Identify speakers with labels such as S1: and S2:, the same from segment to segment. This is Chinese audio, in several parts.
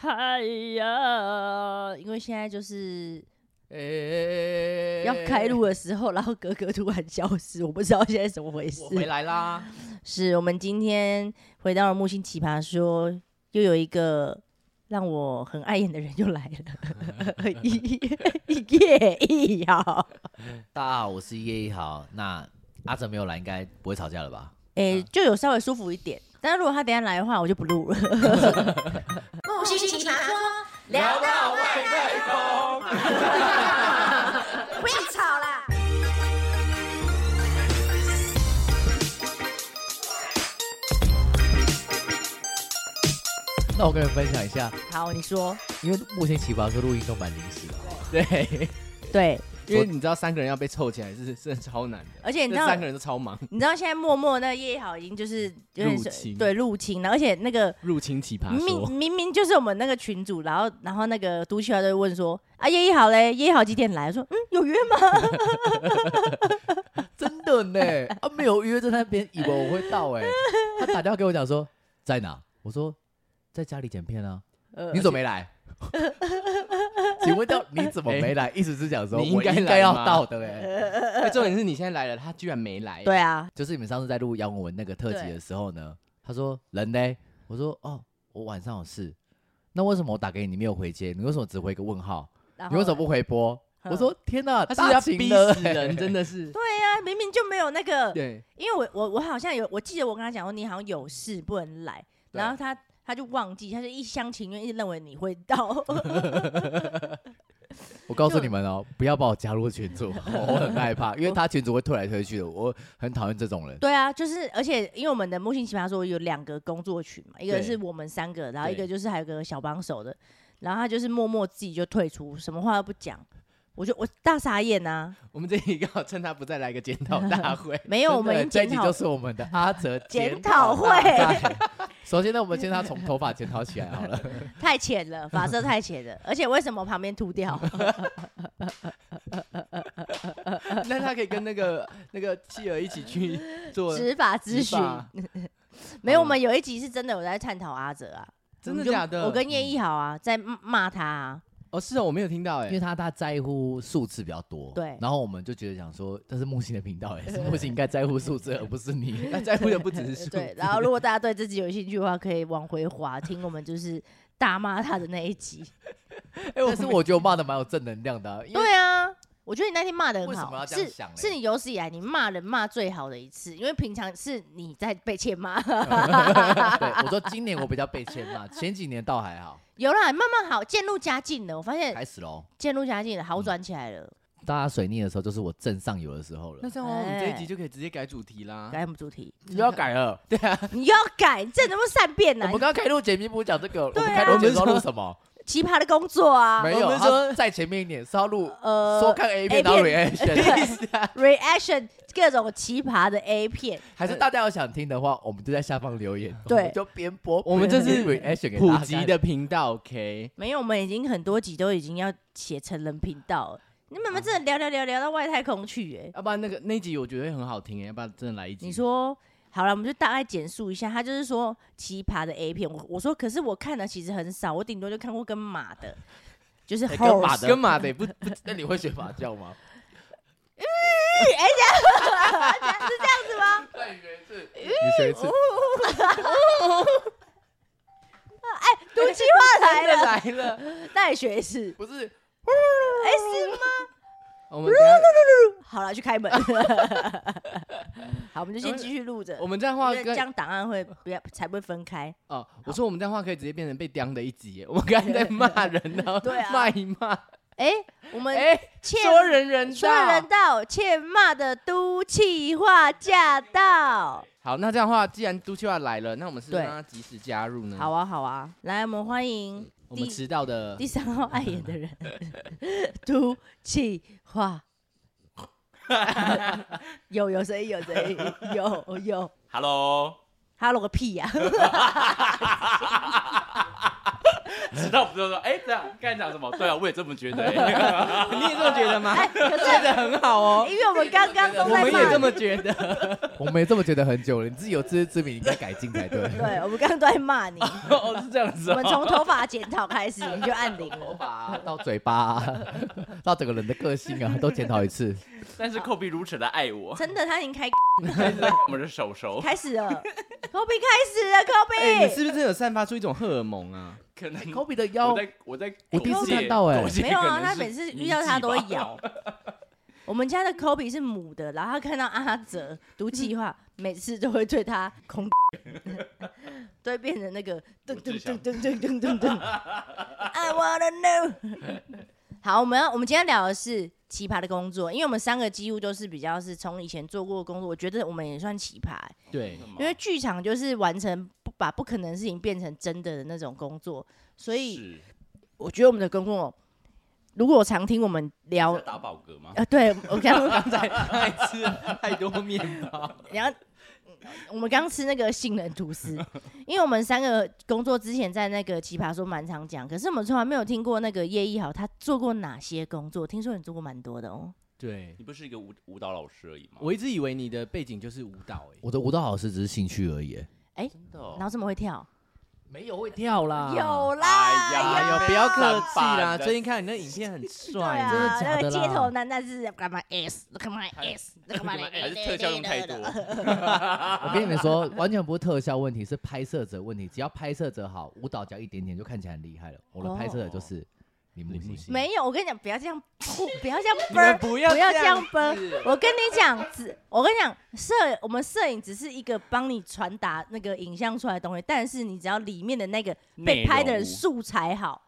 S1: 哎为现在就是
S2: 诶、
S1: 要开路的时候，然后格格突然消失，我不知道现在怎么回事
S2: 我。回来啦。
S1: 是我们今天回到了木星奇葩说，又有一个让我很碍眼的人又来了， 叶一豪。
S3: 大家好，我是叶一豪。那阿哲没有来，应该不会吵架了吧？
S1: 诶、就有稍微舒服一点。但是如果他等一下来的话，我就不录了。
S4: 木星奇葩说，
S2: 聊到外太空，
S4: 不要吵啦！
S3: 那我跟你们分享一下，
S1: 好，你说，
S3: 因为目前奇葩说录音都蛮临时的，对，
S1: 对，
S2: 因为你知道三个人要被凑起来是 是超难的，
S1: 而且你知
S2: 这
S1: 道
S2: 三个人都超忙，
S1: 你知道现在默默那叶一豪已经就是有点
S2: 入
S1: 是
S2: 侵
S1: 对入侵了，而且那个
S2: 入侵奇葩
S1: 明
S2: 说。
S1: 明明就是我们那个群主，然后然后那个读起来就会问说啊叶一豪嘞，叶一豪几点来？我说嗯有约吗？
S3: 真的呢，啊没有约在那边，以为我会到 哎、他打电话给我讲说在哪，我说在家里剪片啊，
S1: 呃
S3: 你怎么没来？请问到你怎么没来？意思是讲说
S2: 你应
S3: 我
S2: 该
S3: 应该要
S2: 来吗
S3: 到的哎、
S2: 哎重点是你现在来了，他居然没来。
S1: 对，啊，
S3: 就是你们上次在录杨文那个特辑的时候呢，他说人呢？我说哦，我晚上有事。那为什么我打给你，你没有回接？你为什么只回一个问号？
S1: 然
S3: 你为什么不回拨？
S1: 嗯
S3: 我说天哪，
S2: 他
S3: 大
S2: 是要
S3: 情
S2: 逼
S3: 了
S2: 死
S1: 欸
S2: 人，真的是。
S1: 对啊，明明就没有那个，
S2: 对，
S1: 因为我我我好像有，我记得我跟他讲过，你好像有事不能来，
S2: 对
S1: 然后他他就忘记，他就一厢情愿，一直认为你会到。
S3: 我告诉你们哦，不要把我加入群 组，我很害怕，因为他群组会推来推去的，我很讨厌这种人。
S1: 对啊，就是而且因为我们的木星奇葩说有两个工作群嘛，一个
S2: 对
S1: 是我们三个，然后一
S2: 对
S1: 个就是还有个小帮手的，然后他就是默默自己就退出，什么话都不讲。我就我大傻眼啊！。
S2: 我们这里刚好趁他不在来个检讨大会
S1: 没有，我们已经
S3: 真的这一
S1: 检
S3: 集
S1: 讨
S3: 就是我们的阿哲
S1: 检讨
S3: 讨
S1: 会
S3: 大会。首先呢，我们先他从头发检讨起来好了。
S1: 太浅了，发色太浅了，而且为什么旁边秃掉？
S2: 那他可以跟那个那个妻儿一起去做
S1: 执法咨询
S2: 法
S1: 没有，
S2: 好
S1: 我们有一集是真的有在探讨阿哲啊，
S2: 真
S1: 我
S2: 的
S1: 跟
S2: 假的？
S1: 我跟叶一豪啊在骂他啊，
S2: 哦是哦，我没有听到哎
S3: 因为。他他在乎数字比较多，
S1: 对
S3: 然后我们就觉得想说，这是木星的频道、欸，哎，是木星应该在乎数字，而不 是你。
S2: 那在乎的不只是数字，
S1: 对，然 后如果大家对自己有兴趣的话，可以往回滑听我们就是大骂他的那一集。
S2: 哎
S3: 但是我觉得我骂的蛮有正能量的啊、因为
S1: 对啊，我觉得你那天骂的
S3: 为
S1: 很
S3: 什么要
S1: 好，
S3: 这样
S1: 是
S3: 想嘞
S1: 是你有史以来你骂人骂最好的一次，因为平常是你在被欠骂，
S3: 对我说今年我比较被欠骂，前几年倒还好，
S1: 有啦，慢慢好，渐入佳境了。我发现
S3: 开始喽。
S1: 渐入佳境了，好转起来了。
S3: 大家水逆的时候，就是我正上游的时候
S2: 那
S3: 了。
S2: 这样的话，我们这一集
S1: 哎
S2: 就可以直接改主题啦。
S1: 改我们主题，
S3: 你要改了，对啊，
S1: 你又要改，你这怎么善变啊
S3: 我
S1: 呢、
S3: 们刚刚开录前面不是讲这个，我
S1: 对啊
S3: 们开录前要录什么？
S1: 奇葩的工作啊，
S3: 没
S2: 我
S3: 有，
S2: 们
S3: 说在前面一点是要录
S1: 呃
S3: 说看 A 片，
S1: A 片
S3: 然后 reaction，
S1: reaction 各种奇葩的 A 片，
S3: 还是大家有想听的话，我们就在下方留言，
S1: 对
S3: 我们就边播。
S2: 我们这是
S3: reaction 给大
S2: 普
S3: 家
S2: 及
S3: 看
S2: 的频道，OK？
S1: 没有，我们已经很多集都已经要写成人频道了。你们们真的聊聊聊聊到外太空去哎、
S2: 要不然那个那一集我觉得会很好听哎，要不然真的来一集。
S1: 你说好了，我们就大概简述一下，他就是说奇葩的 A 片。我我说，可是我看的其实很少，我顶多就看过跟马的，就是
S3: 哎
S1: horse、
S3: 跟马的
S2: 跟马的也不
S3: 不不， 那你会学 法教吗？
S1: 哎 是吗？
S3: 再学一次，你学一次。
S1: 毒气哎话
S2: 真
S1: 来
S2: 的
S1: 了，
S2: 来了，
S1: 那也学一次。
S3: 不是，
S1: 哎、是吗？
S2: 我们等一下
S1: 好了，去开门。好，我们就先继续录着。
S2: 我们这样的话
S1: 因为这
S2: 跟
S1: 样档案会不要才不会分开。
S2: 哦，我说我们这样的话可以直接变成被刁的一集哎。我们刚才在骂 人，然后
S1: 对啊
S2: 骂一骂，
S1: 哎、我们
S2: 哎，
S1: 欠
S2: 说人人
S1: 说人
S2: 道。
S1: 道欠骂的都气话驾到。
S2: 好，那这样的话，既然都秋要来了，那我们是不是
S1: 对
S2: 让他及时加入呢？
S1: 好，啊，好啊，来，我们欢迎
S2: 嗯我们迟到的
S1: 第三号碍眼的人， 都气话。 有有声音，有声音，有有。啊
S5: Hello，
S1: 哈喽个屁呀、
S5: 直到我们就说，哎、这样刚才讲什么？对啊，我也这么觉得、哎
S2: 你也这么觉 得吗？
S1: 可是
S2: 觉得很好哦，
S1: 因为我们刚刚哎都
S2: 我
S1: 在
S2: 们也这
S1: 骂，
S2: 么觉 得。
S3: 我没这么觉得很久了，你自己有自知之明，你应该改进才对。
S1: 对，我们刚刚都在骂 你。
S5: 哦，是这样子
S1: 我
S5: 哦
S1: 们。从头发检讨开始，你就按铃了。
S3: 啊到嘴巴啊、 到整个人的个性啊，都检讨一 次。
S5: 但是寇比如此的爱我，
S1: 真的，他已经开
S5: 我们的手手
S1: 开始 了，科比开始了，
S2: 哦哎，你
S1: 科
S2: 是不是真的有散发出一种荷尔蒙啊？
S5: 可能
S3: 科比的腰
S5: 我，在我在
S3: 我第一次看到哎
S5: 狗
S1: 比
S5: 界
S1: 没有啊，
S5: 可能
S1: 他
S5: 是
S1: 每次遇到他都会咬。我们家的科比是母的，然后他看到阿哲读计划，
S2: 嗯
S1: 每次都会对他恐， 都会变成那个噔噔噔噔噔噔噔 噔。I wanna know。好，我 们要我们今天聊的是奇葩的工作，因为我们三个几乎都是比较是从以前做过的工作，我觉得我们也算奇葩欸、
S2: 对，
S5: 你
S1: 因为剧场就是完成不把不可能的事情变成真的的那种工作，所以
S5: 是
S1: 我觉得我们的工作，如果我常听我们聊
S5: 在，打饱嗝吗？
S1: 呃，对我刚
S2: 刚才太吃了太多面包，
S1: 然后嗯我们刚吃那个杏仁吐司，因为我们三个工作之前在那个奇葩说蛮常讲，可是我们从来没有听过那个叶一豪他做过哪些工作，听说你做过蛮多的哦，
S2: 对。
S5: 你不是一个舞舞蹈老师而已吗？
S2: 我一直以为你的背景就是舞蹈欸诶、
S3: 我的舞蹈老师只是兴趣而已，
S5: 真的
S1: 然后
S5: 哦，
S1: 怎么会跳？
S3: 没有会跳啦
S1: 有
S5: 哎呀
S1: 啦，
S5: 哎
S1: 有
S5: 呦
S2: 不要客气
S5: 三八
S2: 啦！
S5: 的
S2: 最近看你那影片很
S1: 对
S2: 帅，
S1: 啊，
S2: 真的
S1: 那
S3: 假的
S1: 个
S3: 啦
S1: 街头男那是干嘛 S，干嘛
S5: 还
S1: S，干嘛
S5: 还是特效用太多，
S3: 我跟你们说，完全不是特效问题，是拍摄者问题。只要拍摄者好，舞蹈只要一点点就看起来很厉害了。我的拍摄者
S2: 哦
S3: 就是李木星，
S1: 没有，我跟你讲，不要这样，不要这样
S2: 你
S1: 啵
S2: 们，不要
S1: 不要这
S2: 这
S1: 样
S2: 样
S1: 啵
S2: 子。
S1: 我跟你讲，只我跟你讲，摄我们摄影只是一个帮你传达那个影像出来的东西，但是你只要里面的那个被拍的人素材好，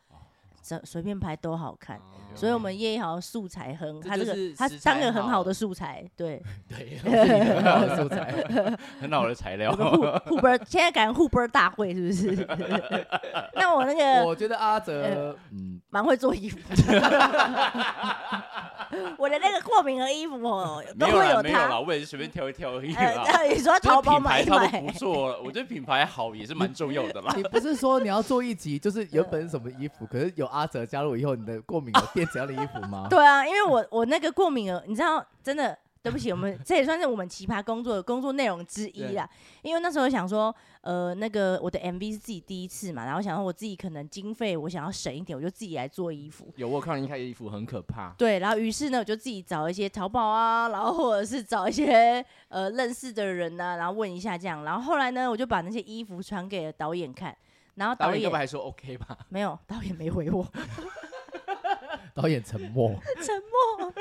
S1: 随随便拍都好看。所以我们叶一豪素材很，他这
S2: 这就是
S1: 个他
S2: 食材
S1: 当个很
S2: 好
S1: 好的素材，对，
S3: 对，很好 的素材。
S5: 很好的材料
S1: 有。个互互波，现在改成互波大会是不是？ 那我那个
S3: 我觉得阿哲，
S1: 呃
S3: 嗯，
S1: 蛮会做衣服。我的那个过敏和衣服哦，都
S5: 没有
S1: 会
S5: 啦，没有啦，
S1: 他。
S5: 我也是随便挑一挑而已
S1: 呃，
S5: 啦。
S1: 那你说
S5: 啊就是
S1: 淘宝
S5: 品
S1: 买
S5: 牌
S1: 一
S5: 差不
S1: 买
S5: 多， 不错了，我觉得品牌好也是蛮重要的啦。
S3: 你不是说你要做一集，就是原本什么衣服，可是有阿哲加入以后，你的过敏有变怎样的衣服吗？
S1: 对啊，因为我我那个过敏儿，你知道，真的对不起，我们这也算是我们奇葩工作的工作内容之一啦。因为那时候想说，呃，那个我的 MV 是自己第一次嘛，然后想说我自己可能经费我想要省一点，我就自己来做衣服。
S2: 有我看你看衣服很可怕，
S1: 对，然后于是呢，我就自己找一些淘宝啊，然后或者是找一些呃认识的人呐、然后问一下这样。然后后来呢，我就把那些衣服传给了导演看，然后
S2: 导
S1: 导
S2: 演要
S1: 演
S2: 不还说 OK 吧？
S1: 没有，导演没回我，
S3: 导演沉默，
S1: 沉默。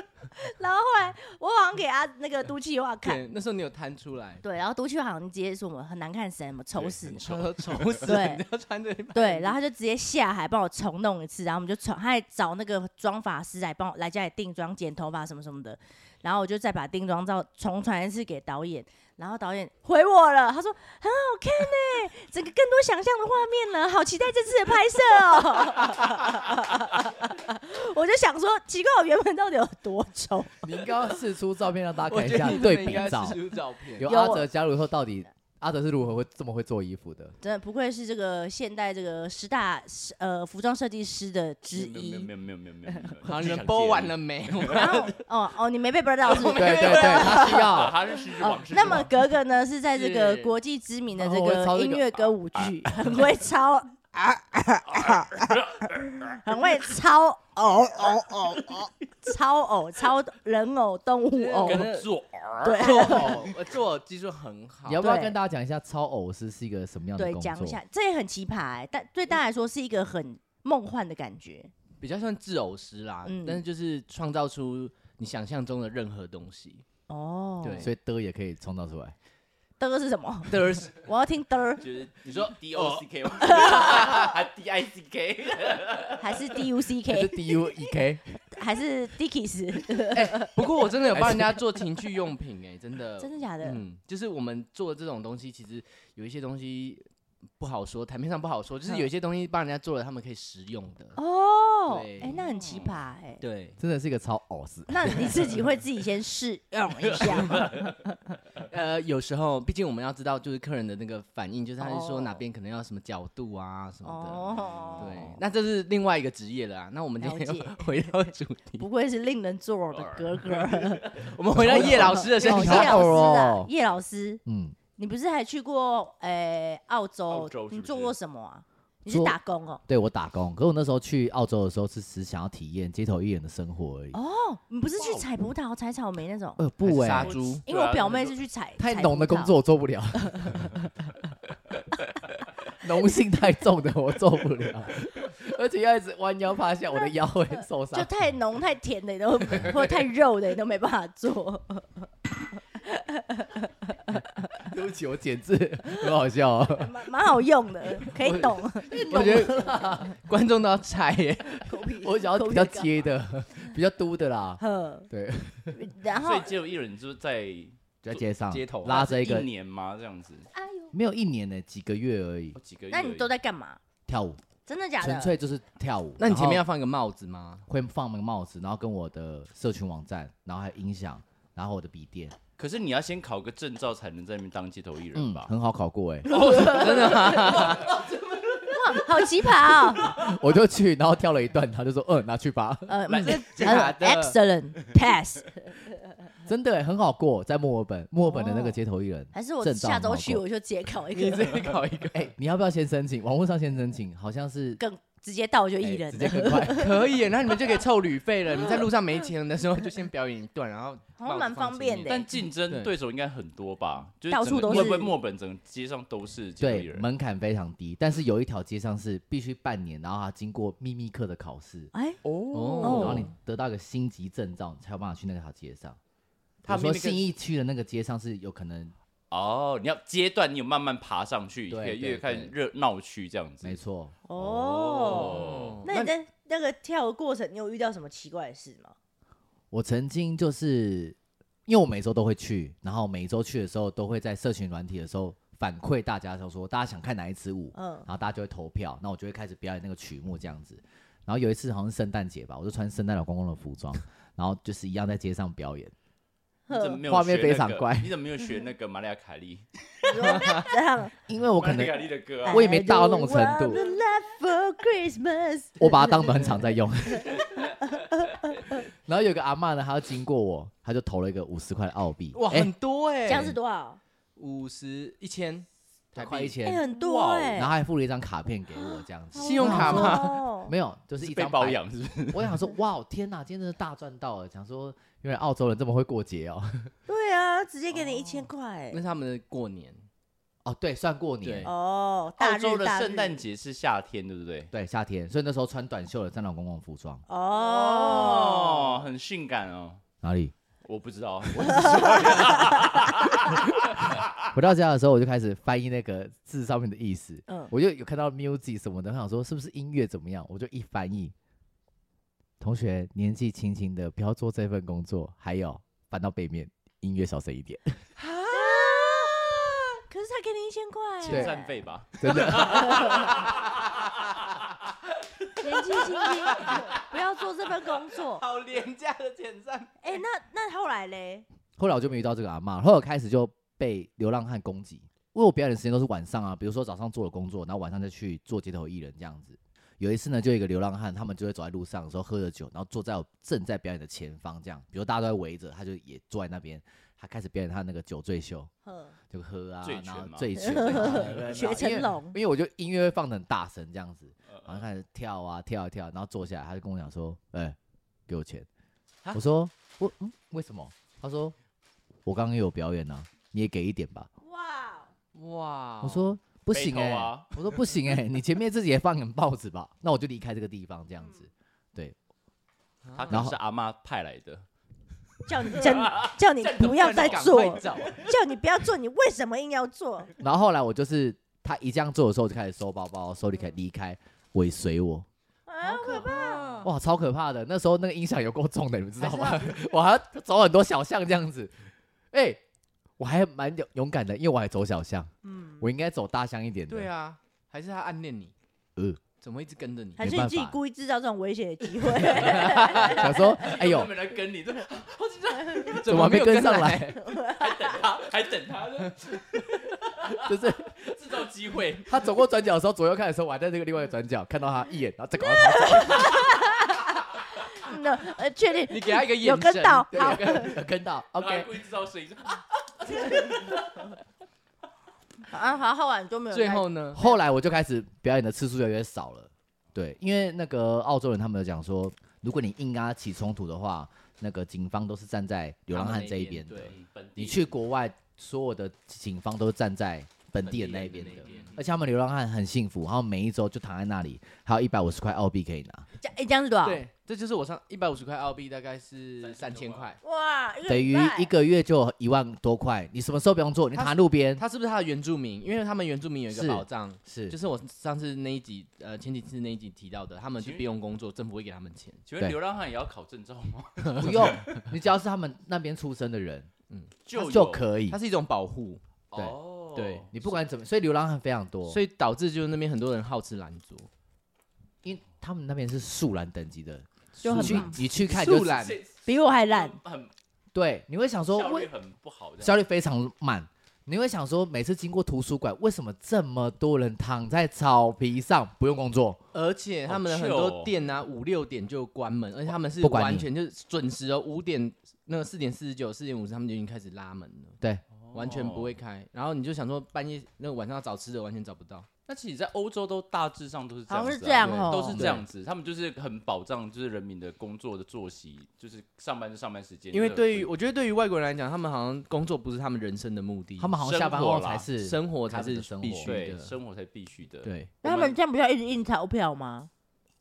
S1: 然后后来我好像给他那个都气话看，
S2: 对，那时候你有摊出来，
S1: 对，然后都气话好像直接说我们很难看，什么丑
S5: 对
S1: 死
S5: 很。
S2: 他说丑死
S1: 对
S2: 了，你要穿这一把
S1: 对，嗯然后他就直接下海帮我重弄一次，然后我们就重，他还找那个妆发师来帮我来家里定妆、剪头发什么什么的，然后我就再把定妆照重传一次给导演，然后导演回我了，他说很好看呢、整个更多想象的画面了，好期待这次的拍摄 哦。我就想说，奇怪，我原本到底有多丑？
S3: 你应该要试出照片让大家
S2: 我
S3: 看一
S2: 觉
S3: 下
S2: 得你真的
S3: 对
S2: 应
S3: 比
S2: 该
S3: 照
S2: 是。出照片，
S3: 有
S1: 有
S3: 阿
S1: 我
S3: 哲加入以后，到底阿哲是如何会这么会做衣 服的？
S1: 真的不愧是这个现代这个十大呃服装设计师的之
S5: 没有
S1: 一。
S5: 没有没有没有没有没有没有。
S2: 好，你们播完了 没？
S1: 然 后哦哦，你没被 b 到是不是？
S3: 对对对，他需要。
S5: 啊，他是狮子
S1: 哦
S5: 王，狮，子
S1: 那么
S5: 王
S1: 格格呢是在这个
S2: 是
S1: 国际知名的
S3: 哦
S1: 这
S3: 我抄
S1: 个
S3: 这
S1: 音
S3: 个啊
S1: 乐歌舞 剧，很会抄，啊啊啊啊 很会超
S5: 哦
S1: 偶偶偶偶，超偶超人偶动物偶，
S2: 跟
S5: 跟做儿
S1: 对
S2: 做偶，我做偶技术 很好
S3: 你，要不要
S1: 对
S3: 跟大家讲一下超偶师是一个什么样的
S1: 对，
S3: 工作？
S1: 讲一下，这也很奇葩欸，但对大家来说是一个很梦幻的感觉，
S2: 比较算制偶师啦
S1: 嗯，
S2: 但是就是创造出你想象中的任何东 西。
S1: 哦，
S2: 对
S3: 所以的也可以创造出来。
S1: 嘚是什么？
S2: 得儿是
S1: 我要听嘚
S5: 就是 你说 D O C K 吗？还
S2: 哦
S5: D I C K？
S1: 还是 D U C
S3: 还是
S1: K
S3: D U E K，
S1: 还是 Dickies？
S2: 不过我真的有帮人家做情趣用品哎、真的，
S1: 真的假的？
S2: 嗯，就是我们做这种东西，其实有一些东西不好说，台面上不好说，就是有一些东西帮人家做了，他们可以实用的。
S1: 哦，
S2: 对
S1: 哎，那很奇葩哎。
S2: 对，
S3: 真的是一个超偶师。
S1: 那你自己会自己先试用一下吗？
S2: 呃，有时候毕竟我们要知道就是客人的那个反应，就是他是说哪
S1: 哦
S2: 边可能要什么角度啊什么的。
S1: 哦，
S2: 对，那这是另外一个职业了啊。那我们今
S1: 了
S2: 天
S1: 解
S2: 要 回到主题，
S1: 不愧是令人作呕的格格。
S2: 我们回到叶老师的身
S1: 哦，
S3: 你
S1: 叶
S3: 好
S2: 上。
S1: 老师啊
S3: 哦，
S1: 叶老师，
S3: 嗯，
S1: 你不是还去过诶、澳洲？
S5: 澳洲是
S1: 你
S5: 不
S1: 做
S5: 是
S1: 过什么啊？你是
S3: 做
S1: 打工哦？
S3: 对我打工，可我那时候去澳洲的时候是只想要体验街头艺人的生活而已。
S1: 哦，你不是去采葡萄、采草莓那种？
S3: 哎
S5: 呃
S3: 呦
S2: 还
S3: 不
S5: 欸
S2: 是
S3: 哎
S2: 杀，猪，
S1: 因为
S5: 啊
S1: 我表妹是去采
S3: 啊太
S1: 采
S3: 浓的
S1: 葡
S3: 工
S1: 萄
S3: 作我做 不了，浓性太重的我做不了，而且要一直弯腰趴下，我的腰会受
S1: 就
S3: 伤。
S1: 太浓太甜的你都或者太肉的你都没办法做。
S3: 对不起，我简直很好笑哦。
S1: 蛮蛮好用 的，可以懂。
S3: 我觉得
S2: 观众都要猜耶。
S1: 狗屁
S3: 我想要比较接的，比较嘟的啦，
S1: 呵，
S3: 对，
S1: 然
S5: 所
S1: 后
S5: 以只有一人就是在
S3: 在街上
S5: 街头
S3: 啊拉着一个
S5: 一，年吗？这样子，
S3: 没有一年呢，几个月而已
S5: 哦，几个月而
S1: 那
S5: 已。
S1: 你都在干嘛？
S3: 跳舞，
S1: 真的假
S3: 纯
S1: 的？
S3: 粹就是跳舞。
S2: 那你前面
S3: 然
S2: 要
S3: 后
S2: 放一个帽 子吗？
S3: 会放那个帽子，然后跟我的社群网站，然后还有音响，然后我的笔电，
S5: 可是你要先考个证照才能在那边当街头艺人
S3: 嗯，
S5: 吧？
S3: 很好考过哎，
S1: 好奇葩哦！
S3: 我就去，然后跳了一段，他就说，嗯，拿去吧。
S1: 呃
S2: 蛮真的
S1: 嗯
S2: 假的
S1: ，excellent pass，
S3: 真的欸很好过，在墨尔本，墨尔本的那个街头艺人。
S1: 还是我
S3: 证照
S1: 下周
S3: 很好
S1: 去
S3: 过
S1: 我就直接考一
S2: 你
S1: 个，
S2: 自己搞一个，哎，
S3: 你要不要先申请？网络上先申请，好像是
S1: 更直接到我就艺
S3: 欸
S1: 人
S3: 直接
S1: 了。
S3: 更快。
S2: 可以耶，那你们就可以凑旅费了。你们在路上没钱的时候，就先表演一段，然后
S1: 好像蛮
S2: 帽子放
S1: 方
S2: 前面
S1: 便的
S5: 但竞争
S2: 对
S5: 对手应该很多吧？就是
S1: 到
S5: 整
S1: 处
S5: 个
S1: 都
S5: 会不会
S1: 是
S5: 墨本整个街上都是街头艺
S3: 对，
S5: 人？
S3: 门槛非常低，但是有一条街上是必须半年，然后他经过秘密课的考试，
S1: 哎，
S2: 哦
S3: 然后你得到一个星级证照，你才有办法去那条街上。
S5: 他
S3: 他
S5: 秘
S3: 说
S5: 密课
S3: 信义区的那个街上是有可能，
S5: 哦，你要阶段，你有慢慢爬上去，
S3: 对
S5: 可以越
S3: 对
S5: 看
S3: 对
S5: 热闹区这样子。
S3: 没错，
S1: 哦，
S5: 哦，
S1: 那你在那个跳的过程，你有遇到什么奇怪的事吗？
S3: 我曾经就是因为我每周都会去，然后每周去的时候都会在社群软体的时候反馈大家，就说大家想看哪一支舞，
S1: 嗯
S3: 然后大家就会投票，那我就会开始表演那个曲目这样子。然后有一次好像是圣诞节吧，我就穿圣诞老公公的服装，然后就是一样在街上表演。
S5: 你怎 么没有
S3: 画面
S5: 学
S3: 非
S5: 那
S3: 常
S5: 个
S3: 怪
S5: 你怎么没有学那个玛利亚凯莉？
S1: 你说这样，
S3: 因为我
S5: 我
S3: 可能
S5: 玛利亚凯莉的歌啊
S3: 我也
S1: 哎
S3: 没到那种程
S1: I don't
S3: 度
S1: wanna laugh for Christmas
S3: 我把它当暖场在用。然后有个阿嬷呢，她要经过我，她就投了一个五十块的澳币，
S2: 哇，
S3: 哎
S2: 很多哎，
S1: 这样是多少？
S2: 五十一千台
S3: 快一
S2: 币，
S1: 哎，
S3: 千，
S1: 很多
S5: 哇哦
S1: 哎
S3: 然后，还附了一张卡片给我，这样子。
S2: 信用卡吗
S1: 吗
S3: 没有，就是一
S5: 是被
S3: 张
S5: 包
S3: 白。
S5: 养是不是？
S3: 我想说，哇，哦天哪，今天真的大赚到了！想说，原来澳洲人这么会过节哦。
S1: 对啊，直接给你一千块
S2: 那。是他们的过年，
S3: 哦，对，算过年
S2: 对，
S1: 哦，大
S5: 澳
S1: 日
S5: 洲的
S1: 大
S5: 圣诞
S1: 日
S5: 节是夏天，对不对？
S3: 对，夏天，所以那时候穿短袖的战狼公公服装。
S1: 哦，
S5: 很性感哦。
S3: 哪里？
S5: 我不 知道，
S3: 回到家的时候，我就开始翻译那个字上面的意思。
S1: 嗯
S3: 我就有看到 music 什么的，我想说是不是音乐怎么样，我就一翻译，同学年纪轻轻的不要做这份工作，还有翻到背面。音乐小声一点，
S1: 啊可是他给你一千块，
S5: 遣散 费，吧？
S3: 真的
S1: 年纪轻轻，不要做这份工 作。
S2: 好廉价的遣散，
S1: 哎，那那后来嘞？
S3: 后来我就没遇到这个阿嬷，后来我开始就被流浪汉攻击，因为我表演的时间都是晚上啊，比如说早上做了工作，然后晚上再去做街头艺人这样子。有一次呢，就有一个流浪汉，他们就会走在路上的时候喝着酒，然后坐在我正在表演的前方，这样，比如大家都在围着，他就也坐在那边，他开始表演他那个酒醉秀，
S1: 呵
S3: 就喝啊，
S5: 醉
S3: 然后
S5: 拳嘛
S3: 醉拳，
S1: 学成龙
S3: 因为我就音乐会放的很大声这样子，然后
S5: 呃
S3: 开始跳啊跳啊跳啊，然后坐下来，他就跟我讲说：“哎、给我钱。
S2: 哈”
S3: 我说：“我嗯，为什么？”他说：“我刚刚也有表演啊，你也给一点吧。
S1: 哇，
S2: 哇！哦
S3: 我说：“不行
S5: 哦被
S3: 哎、
S5: 偷 啊
S3: 我说：“不行哎、你前面自己也放点报纸吧。”那我就离开这个地方这样子。
S5: 他
S3: 然
S5: 可能
S3: 后
S5: 是阿妈派来的，
S1: 叫你叫你叫你不要再
S2: 赶
S1: 做
S2: 快，走
S1: 叫你不要做，你为什么硬要做？
S3: 然后后来我就是他一这样做的时候，我就开始收包包，收离开离开，尾随我。
S1: 啊，可怕！
S3: 哇，超可怕的！那时候那个音响有够重的，你们知道吗？ 我哦还要走很多小巷这样子。哎、我还蛮勇勇敢的，因为我还走小巷，
S1: 嗯，
S3: 啊我应该走大巷一点的。
S2: 对啊，还是他暗恋你？
S3: 呃
S2: 怎么会一直跟 着你？
S1: 还是
S3: 没
S1: 你
S3: 办
S1: 自己
S3: 法
S1: 故意制造这种危险的机会？
S3: 想 说，哎呦
S5: 有，没有人跟你？这好紧张，
S3: 怎么还没
S2: 有
S3: 跟上
S2: 来？
S3: 来？
S5: 还等他，还等他，这
S3: 就是
S5: 制造机会。
S3: 他走过转角的时候，左右看的时候，我还在那个另外一个转角看到他一眼，然后再赶快 跑 走，
S1: 那呃，确定
S2: 你给他一个眼
S1: 有跟
S2: 神
S1: 到
S3: 对
S1: 好，
S3: 有跟到
S5: 然后还
S3: ，OK，
S5: 故意制造声音，说啊
S1: 啊，好好玩 都没有人
S2: 最
S1: 来。
S2: 后呢？
S3: 后来我就开始表演的次数越来越少了，对，因为那个澳洲人他们有讲说，如果你硬跟他起冲突的话，那个警方都是站在流浪汉这一边的，
S2: 对
S5: 嗯本地
S3: 你去国外，所有的警方都是站在本地人那一边的
S5: 本地人的那一边。
S3: 而且他们流浪汉很幸福，然后每一周就躺在那里，还有一百五十块澳币可以拿，
S1: 这样哎这样子多少？
S2: 对，这就是我上一百五十块澳币，大概是三千块。
S1: 哇，一个
S3: 等于
S1: 礼拜
S3: 一个月就一万多块。你什么时候不用做？你躺在路边，
S2: 他是不是他的原住民？因为他们原住民有一个
S3: 是
S2: 保障，
S3: 是
S2: 就是我上次那一集呃前几次那一集提到的，他们去必用工作，政府会给他们钱。
S5: 请
S3: 对
S5: 问流浪汉也要考证照吗？
S3: 不用，你只要是他们那边出生的人
S5: 就
S3: 就
S5: 有
S3: 可以
S2: 它。是一种保护，
S3: 对
S5: 哦
S2: 对
S3: 你不管怎么，所以流浪汉非常多，
S2: 所以导致就是那边很多人好吃懒做。
S3: 因为他们那边是树懒等级的，
S1: 就
S3: 你
S1: 很
S3: 去
S1: 棒
S3: 你去看就
S2: 树懒
S5: 这
S1: 比我还烂。
S5: 很
S3: 对，你会想说
S5: 效
S3: 为
S5: 率很不好的。
S3: 效率非常慢。你会想说，每次经过图书馆，为什么这么多人躺在草皮上不用工作？
S2: 而且他们的
S5: 好
S2: 很
S5: 糗
S2: 多
S5: 哦
S2: 店啊，五六点就关门，而且他们是
S3: 不管你
S2: 完全就是准时哦，五点那个四点四十九、四点五十，他们就已经开始拉门了，完全不会
S5: 哦。
S2: 开。然后你就想说半夜那个晚上要找吃的，完全找不到。
S5: 那其实，在欧洲都大致上都是这
S1: 好
S5: 样
S1: 像是
S5: 子啊，
S1: 这样
S2: 对
S1: 哦，
S5: 都是这样子，他们就是很保障，就是人民的工作的作息，就是上班就上班时间。
S2: 因为
S5: 这个
S2: 对于
S5: 不
S2: 我觉得对于外国人来讲，他们好像工作不是他们人生的目的，
S3: 他们好像下班后才是
S2: 生活才
S3: 他们
S2: 是
S3: 的生活
S2: 必须
S5: 对
S2: 的。
S5: 生活才必须的。，
S3: 对，
S1: 那他们这样不要一直印钞票吗？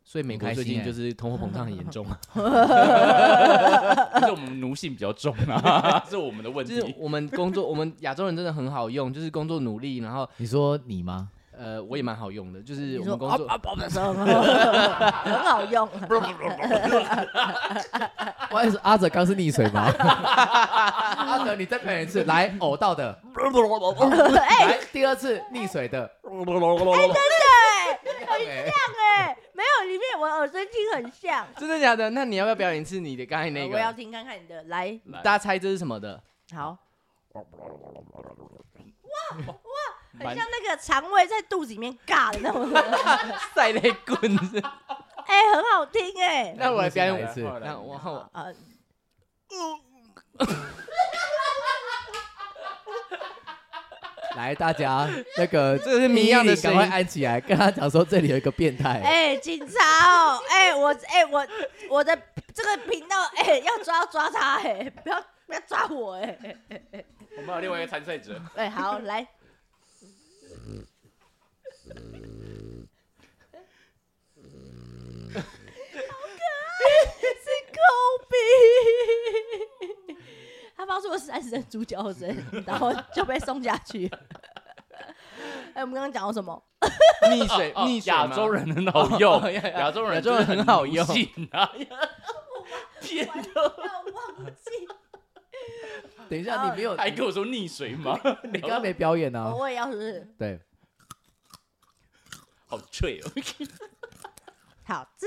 S2: 所以美国
S3: 很开
S2: 最
S3: 心
S2: 近
S3: 欸
S2: 就是通货膨胀很严重啊。
S5: 而且我们奴性比较重啊， 这是我们的 问
S2: 就是
S5: 题。
S2: 我们工作，我们亚洲人真的很好用，就是工作努力，然后
S3: 你说你 吗？
S2: 呃，我也蛮好用的，就是
S1: 你
S2: 我
S1: 说
S2: 们工作
S1: 啊啊啊的时候，很好用。
S3: 不好意思，阿哲刚是溺水 吗？阿哲，你再表演一次，来呕到 的，
S2: 哎
S3: 来第二次溺水的，哎
S1: 哎，没有，里面我耳声听很像。
S2: 真的假的？那你要不要表演一次你的刚才那
S1: 呃我要
S2: 个？
S1: 听看看你的，来，
S5: 来
S2: 大家猜这是什么的？
S1: 好，很
S5: 蛮
S1: 像那个肠胃在肚子里面尬的那种，
S2: 赛雷棍 子。
S1: 哎，很好听哎。
S2: 那我来表演
S3: 来一次
S5: 来
S2: 那我换我
S1: 啊，
S3: 来大家那个
S2: 这个是谜样的
S3: 赶
S2: 声
S3: 快
S2: 音，
S3: 按起来，跟他讲说这里有一个变态，
S1: 哎，警察哦，哎，我，哎，我，我的这个频道，哎，要抓要抓他，哎，不要不要抓我，哎，
S5: 我们还有另外一个参赛者，
S1: 哎，好，来，是抠鼻，他发出了三十声猪叫声，然后就被送下去。哎，我们刚刚讲到什么？
S2: 溺水，
S5: 哦
S2: 溺水
S5: 亚
S2: 吗
S5: 洲人很好用，
S2: 哦呀呀
S5: 亚洲人
S2: 亚洲人
S5: 真的
S2: 很好用
S5: 奴性啊，天，
S1: 我忘记，
S3: 等一下你没
S2: 哎
S3: 有，
S5: 还跟我说溺水吗？
S3: 你刚刚没表演啊呢，
S1: 我也要是不是？
S3: 对，
S5: 好 脆哦，
S1: 好吃，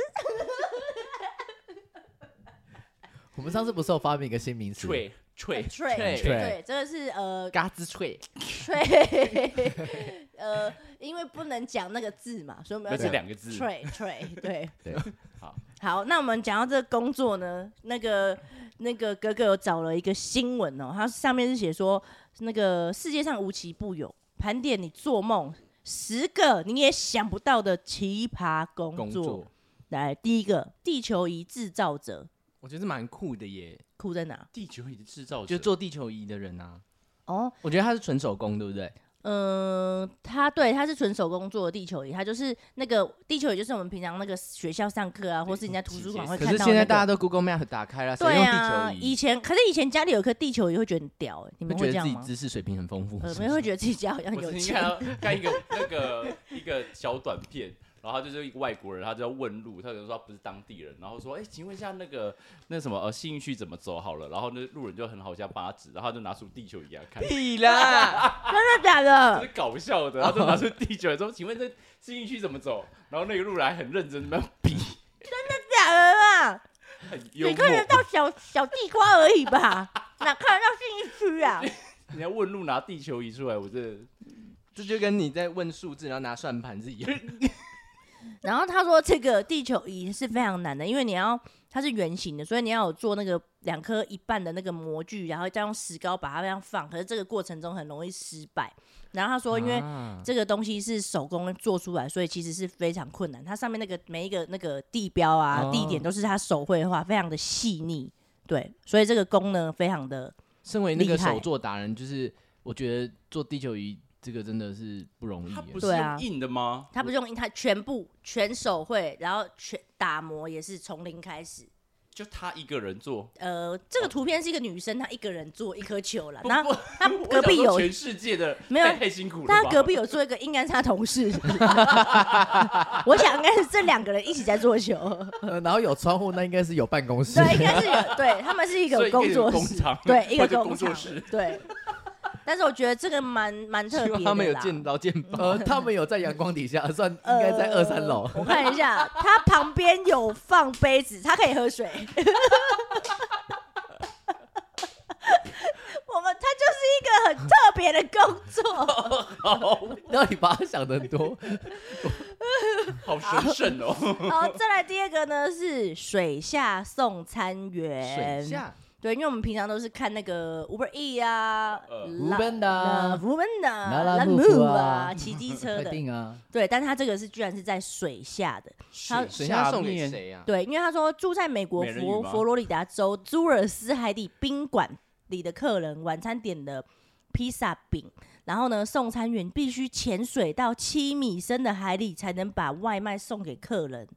S3: 我们上次不是有发明一个新名词，
S5: 脆脆
S1: 脆
S5: 脆
S1: 呃对，这个是呃
S2: 嘎吱脆，
S1: 脆，呃，因为不能讲那个字嘛，所以我们
S5: 那
S1: 要
S5: 是
S1: 讲
S5: 两个字，
S1: 吹吹， 对
S3: 对，
S5: 好，
S1: 好，那我们讲到这个工作呢，那个那个格格有找了一个新闻哦，它上面是写说那个世界上无奇不有，盘点你做梦十个你也想不到的奇葩工作。
S2: 工作，
S1: 来，第一个，地球仪制造者，
S2: 我觉得蛮酷的耶，
S1: 酷在哪？
S5: 地球仪的制造者
S2: 就做地球仪的人啊，
S1: 哦，
S2: 我觉得他是纯手工，对不对？
S1: 嗯、他对，他是纯手工做的地球仪，他就是那个地球仪，就是我们平常那个学校上课啊，或是你在图书馆会
S2: 可
S1: 看到、那
S2: 是
S1: 个。
S2: 现在大家都 Google Map 打开了，谁
S1: 对
S2: 用
S1: 啊，
S2: 地球
S1: 以
S2: 仪？
S1: 前可是以前家里有一颗地球仪，会觉得很屌哎、你
S2: 会
S1: 们会这
S2: 觉得
S1: 样
S2: 自己
S1: 吗？
S2: 知识水平很丰富，
S1: 呃，
S2: 是
S1: 没 有
S2: 不是
S1: 会觉得自己家好像
S5: 我
S1: 有
S5: 曾经
S1: 钱
S5: 看。到看一个那个一个小短片，然后他就是一个外国人，他就要问路，他可能说他不是当地人，然后说，哎、请问一下那个那什么呃信义区怎么走好了？然后那路人就很好像八指，然后他就拿出地球仪来看，
S2: 屁啦！
S1: 真的假
S5: 这
S1: 的？
S5: 是搞笑的，他就拿出地球来说，请问这信义区怎么走？然后那个路人还很认真地那么比，
S1: 假的啦！
S5: 很幽
S1: 你
S5: 默
S1: 看，得到小小地瓜而已吧？哪看得到信义区啊？
S5: 人家问路拿地球仪出来，我这
S2: 这就跟你在问数字，然后拿算盘是一样。
S1: 然后他说这个地球仪是非常难的，因为你要它是圆形的，所以你要有做那个两颗一半的那个模具，然后再用石膏把它这样放。可是这个过程中很容易失败。然后他 说，因为
S2: 啊
S1: 这个东西是手工做出来，所以其实是非常困难。它上面那个每一个那个地标啊、
S2: 哦
S1: 地点都是他手绘画，非常的细腻。对，所以这个工呢非常的
S2: 身为那个
S1: 厉害
S2: 手作达人，就是我觉得做地球仪这个真的是不容易
S5: 他
S2: 耶。
S5: 不是
S1: 对啊
S5: 用硬的吗？
S1: 他不是用它全部全手绘，然后全打磨也是从零开始。
S5: 就他一个人做，
S1: 呃，这个图片是一个女生，她一个人做一颗球了，
S5: 不
S1: 然后
S5: 不
S1: 她
S5: 我
S1: 隔壁
S5: 想说
S1: 有，
S5: 全世界的，
S1: 没有
S5: 太太辛苦了吧。
S1: 她隔壁有做一个，应该是她同事。 我想应该是这两个人一起在做球，
S3: 呃然后有窗户，那应该是有办公室。
S1: 对，应该是有，对他们是一
S5: 所
S1: 个
S5: 以可
S1: 工
S5: 以
S1: 作
S5: 工
S1: 室
S5: 厂，
S1: 对，一
S5: 或
S1: 个
S5: 者工
S1: 工
S5: 作
S1: 厂
S5: 室，
S1: 对。但是我觉得这个蛮蛮特
S2: 希
S1: 别
S2: 望
S1: 的
S2: 他们有
S1: 啦
S2: 见到见宝。
S3: 呃，他们有在阳光 底下，算应该在二三楼
S1: 呃。我看一下，它旁边有放杯子，它可以喝水。我们它就是一个很特别的工作，
S3: 然后你把它想的 很多，
S5: 好神圣哦。
S1: 好，再来第二个呢是水下送餐员。
S2: 水下
S1: 对，因为我们平常都是看那个 Uber E 啊
S5: 呃
S1: 呃
S3: Uber
S1: ，Uber
S3: 拉
S1: 啊
S3: 拉
S1: Lav
S3: 夫妇
S1: Move
S3: 啊
S1: 啊，骑机车
S3: 确
S1: 的。
S3: 定啊，
S1: 对，但它这个是居然是在水下的。他
S2: 水下送给谁啊？
S1: 对，因为他说住在美国
S5: 美人
S1: 佛
S5: 鱼吗
S1: 佛罗里达州朱尔斯海底宾馆里的客人，晚餐点了披萨饼，然后呢，送餐员必须潜水到七米深的海里才能把外卖送给客人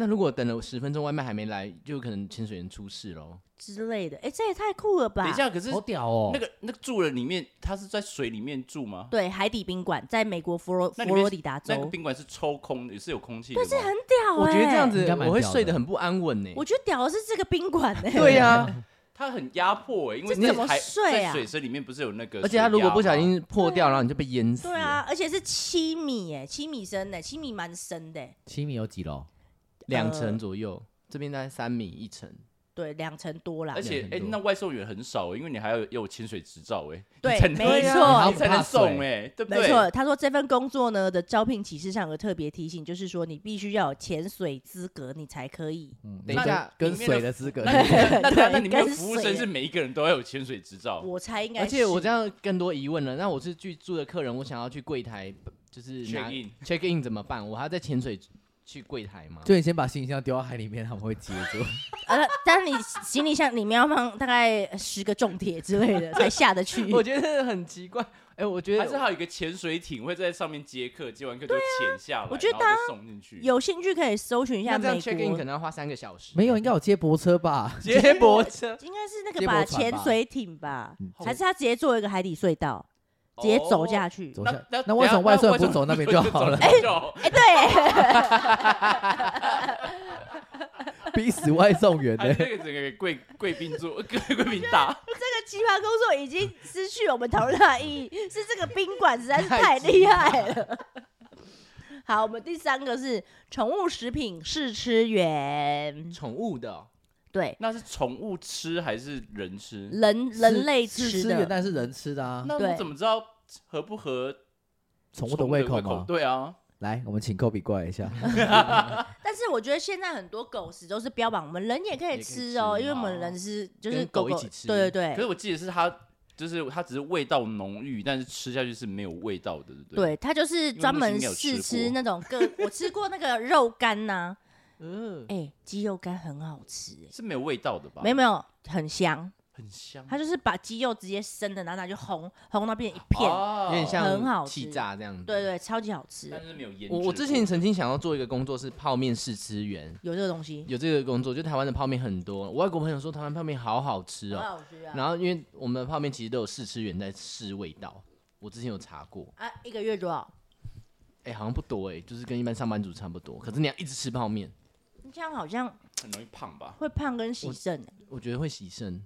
S2: 那如果等了十分钟，外卖还没来，就有可能潜水员出事喽。
S1: 之类的。哎、这也太酷了吧！
S5: 等一，下，可是
S3: 好屌哦
S5: 那！个那个住人里面，他是在水里面住吗？
S1: 对，海底宾馆在美国佛罗
S5: 那
S1: 佛
S5: 里面
S1: 罗里达州
S5: 那，个宾馆是抽空的，也是有空气的
S1: 对，
S5: 吗，
S1: 是很屌
S2: 我
S1: 哎、
S2: 觉得这样
S3: 应
S2: 子
S3: 该蛮
S2: 我会
S3: 屌的
S2: 睡得很不安稳呢。
S1: 我觉得屌的是这个宾馆哎。
S2: 对呀，
S5: 它很压迫哎，因为
S1: 这怎么
S5: 在海
S1: 睡啊
S5: 在水深里面不是有那个水压吗，
S2: 而且他如果不小心破掉，然后你就被淹死。
S1: 对，啊，而且是七米哎、七米深哎、七米蛮深的、哎
S3: 七米有几楼？
S2: 两层左右，这边大概三米一层。
S1: 对，两层多啦
S5: 而。且
S3: 很
S5: 哎、
S3: 多
S5: 那外送员很少，欸因为你还要有潜水执照哎，
S1: 对
S5: 你才能
S1: 没错
S5: 你才能送哎，对不对？
S1: 没错，他说这份工作呢的招聘启事上有特别提醒，就是说你必须要有潜水资格，你才可以。
S3: 嗯，
S2: 等一下
S3: 跟
S5: 里面的
S3: 水的资格
S5: 那。你们 那那
S1: 对
S5: 那里面
S1: 跟
S5: 的服务生
S1: 谁
S5: 是每一个人都要有潜水执照，
S1: 我猜应该
S2: 而
S1: 是。
S2: 且我这样更多疑问了。那我是去住的客人，我想要去柜台，就是拿
S5: Check in
S2: check in 怎么办？我还要在潜水去柜台吗？
S3: 就你先把行李箱丢到海里面，他们会接住。
S1: 呃，但是你行李箱里面要放大概十个重铁之类 的才下得去。
S2: 我觉得很奇怪。哎，我觉
S5: 还是
S2: 得
S5: 还有一个潜水艇会在上面接客，接完客就潜下来，
S1: 啊我觉得
S5: 然后再送进去。
S1: 有兴趣可以搜寻一下
S2: 那这样
S1: 美
S2: check in 可
S1: 国，
S2: 能要花三个小时。啊
S3: 没有，应该有接驳车吧？
S2: 接 驳车。
S1: 应该是那个
S3: 接驳
S1: 吧，
S3: 船吧
S1: 潜水艇吧
S3: 嗯，
S1: 还是他直接做一个海底隧道，直接走下去。
S3: 走
S5: 那
S3: 下
S5: 那
S3: 那为什么
S5: 等一
S3: 外
S5: 下
S3: 送不走那边 就好了？
S5: 哎，
S1: 哎，对，
S3: 逼死外送
S1: 哎
S3: 员
S5: 还
S3: 呢
S5: 是？那个整个贵贵宾座， 贵贵宾打，
S1: 这个奇葩工作已经失去我们讨论的意义，是这个宾馆实在是太厉害了。 好，我们第三个是宠物食品试吃员，
S2: 宠物的哦
S1: 对，
S5: 那是宠物吃还是人吃？
S1: 人人类
S3: 吃
S1: 吃
S3: 元
S1: 的，
S3: 旦是人吃的啊，
S5: 那
S1: 对
S5: 我怎么知道合不合
S3: 宠物的胃口
S5: 口
S3: 吗？
S5: 对啊，
S3: 来，我们请科比过来一下。
S1: 但是我觉得现在很多狗食都是标榜我们人也可以吃哦，
S2: 也可以吃
S1: 因为我们人是就是
S2: 跟狗
S1: 狗
S2: 一起吃
S1: 对
S5: 可
S1: 对
S5: 是
S1: 对，
S5: 我记得是它，就是它只是味道浓郁，但是吃下去是没有味道的，对不对？
S1: 对它就是专门试吃那种各，我吃过那个肉干呐、
S2: 嗯，
S1: 哎，鸡肉干很好吃、哎
S5: 是没有味道的吧？
S1: 没有没有，很香，
S5: 很香，
S1: 它就是把鸡肉直接生的，然后它就红红到变一片，
S2: 有
S5: 哦
S2: 点
S1: 很好
S2: 像
S1: 吃
S2: 气炸这样子。
S1: 对对，超级好吃，
S5: 啊但是没有腌制
S2: 我
S5: 过。
S2: 我之前曾经想要做一个工作是泡面试吃员，
S1: 有这个东西，
S2: 有这个工作，就台湾的泡面很多，我外国朋友说台湾泡面好好吃
S1: 很
S2: 哦。
S1: 好
S5: 嗯
S1: 吃啊！
S2: 然后因为我们的泡面其实都有试吃员在试味道，我之前有查过，
S1: 啊，一个月多少？
S2: 哎、哎、好像不多哎、就是跟一般上班族差不多。可是你要一直吃泡面，
S1: 这样好像
S5: 很容易胖吧？
S1: 会胖跟洗
S2: 我
S1: 肾欸、
S2: 我觉得会洗肾。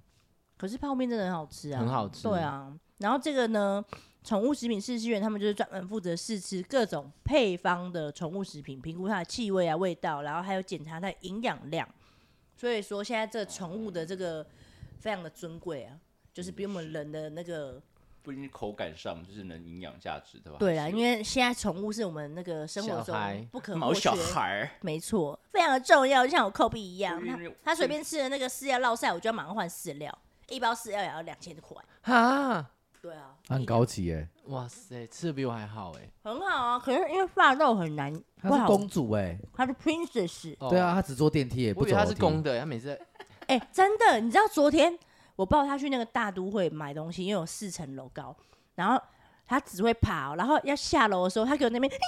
S1: 可是泡面真的很好吃啊，
S2: 很好吃
S1: 对啊，然后这个呢，宠物食品试吃员他们就是专门负责试吃各种配方的宠物食品，评估它的气味啊、味道，然后还有检查它的营养量。所以说，现在这宠物的这个非常的尊贵啊，就是比我们人的那个
S5: 不一定口感上就是能营养价值，对吧？
S1: 对啦，
S5: 还是
S1: 因为现在宠物是我们那个生活
S2: 小孩
S1: 中不可
S5: 毛
S1: 或缺
S5: 小，孩
S1: 没错，非常的重要，就像我寇比一样，
S5: 因
S1: 他
S5: 为
S1: 他随便吃啊的那个饲料落晒，我就要马上换饲料，一包饲料也要两千块。
S2: 哈，
S1: 对啊，
S3: 它很高级哎，
S2: 哇塞，吃的比我还好哎、
S1: 很好啊，可是因为发肉很难，
S3: 它
S1: 不
S3: 是
S1: 好，
S3: 公主哎，
S1: 它是 princess。
S2: 哦
S3: 对，啊，它只坐电梯也不
S2: 我以
S3: 走
S2: 为他
S3: 楼
S2: 是
S3: 梯
S2: 公。的、他每次在
S1: 哎、真的，你知道昨天我抱他去那个大都会买东西，因为有四层楼高，然后他只会爬哦、然后要下楼的时候，他给我那边，哎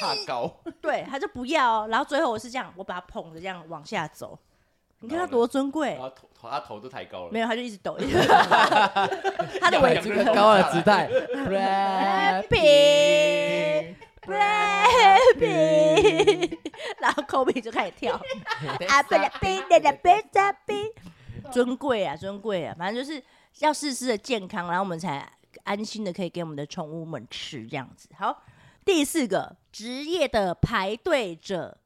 S5: 怕高，
S1: 对，他就不要、哦，然后最后我是这样，我把他捧着这样往下走，你看他
S5: 然后呢
S1: 多尊贵
S5: 然，后头头他头都抬高了，
S1: 没有他就一直抖，他的
S5: 养
S1: 尾
S5: 养
S1: 椎
S3: 啊这个
S5: 这个头
S3: 高的
S5: 下来
S3: 姿态，Happy
S1: Happy Happy，然后 Kobe 就开始跳。啊，不啦，别的啦，别的别，尊贵啊，尊贵啊，反正就是要试吃的健康，然后我们才安心的可以给我们的宠物们吃这样子。好，第四个职业的排队者，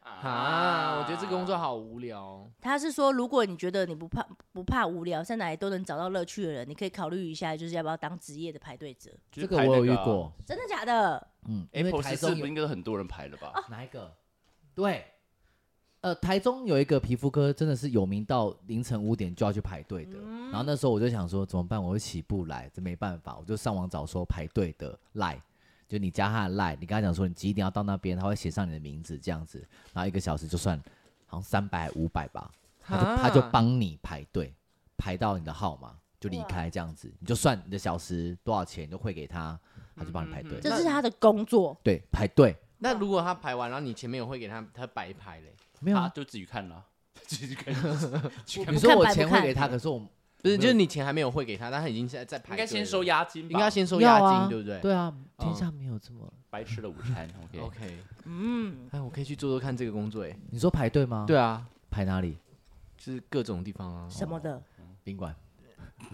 S2: 啊，我觉得这个工作好无聊哦。
S1: 他是说，如果你觉得你不怕不怕无聊，在哪里都能找到乐趣的人，你可以考虑一下，就是要不要当职业的排队者。
S3: 这
S5: 就是
S3: 个
S5: 排
S3: 我有
S5: 那
S3: 遇
S5: 啊
S3: 过，
S1: 真的假的？
S3: 嗯，因为
S5: ，Apple
S3: 台
S5: 十四
S3: 中
S5: 不
S3: 有
S5: 应该很多人排了
S1: 哦
S5: 吧？
S3: 哪一个？对，呃，台中有一个皮肤科真的是有名到凌晨五点就要去排队的。然后那时候我就想说怎么办，我又起不来，这没办法，我就上网找说排队的赖，就你加他的赖，你跟他讲说你几点要到那边，他会写上你的名字这样子，然后一个小时就算好像三百五百吧，他就他就
S2: 啊
S3: 帮你排队，排到你的号码就离开这样子，你就算你的小时多少钱，你就汇给他，他就帮你排队。
S1: 这是他的工作，
S3: 对，排队
S2: 那如果他排完，然后你前面有会给他，他白排嘞？
S3: 没有啊
S5: 他就自己看了， 自己 看，
S3: 你
S1: 不
S3: 说
S1: 看
S3: 我
S1: 白不
S3: 钱汇
S1: 看
S3: 给他，可是我
S2: 不是，
S3: 没有
S2: 就是你钱还没有汇给他，但他已经在在排队
S5: 应该
S2: 了。
S5: 先收押金吧，
S2: 应该先收
S3: 要
S2: 押
S3: 啊
S2: 金，对不对？
S3: 对啊，天
S2: 嗯
S3: 下没有这么。
S5: 白吃了午餐。OK，
S3: 哦
S2: OK，
S1: 嗯，
S2: 哎，我可以去做做看这个工作哎。
S3: 你说排队吗？
S2: 对，啊，
S3: 排哪里？
S2: 就是各种地方啊。
S1: 什 么的
S3: 宾馆。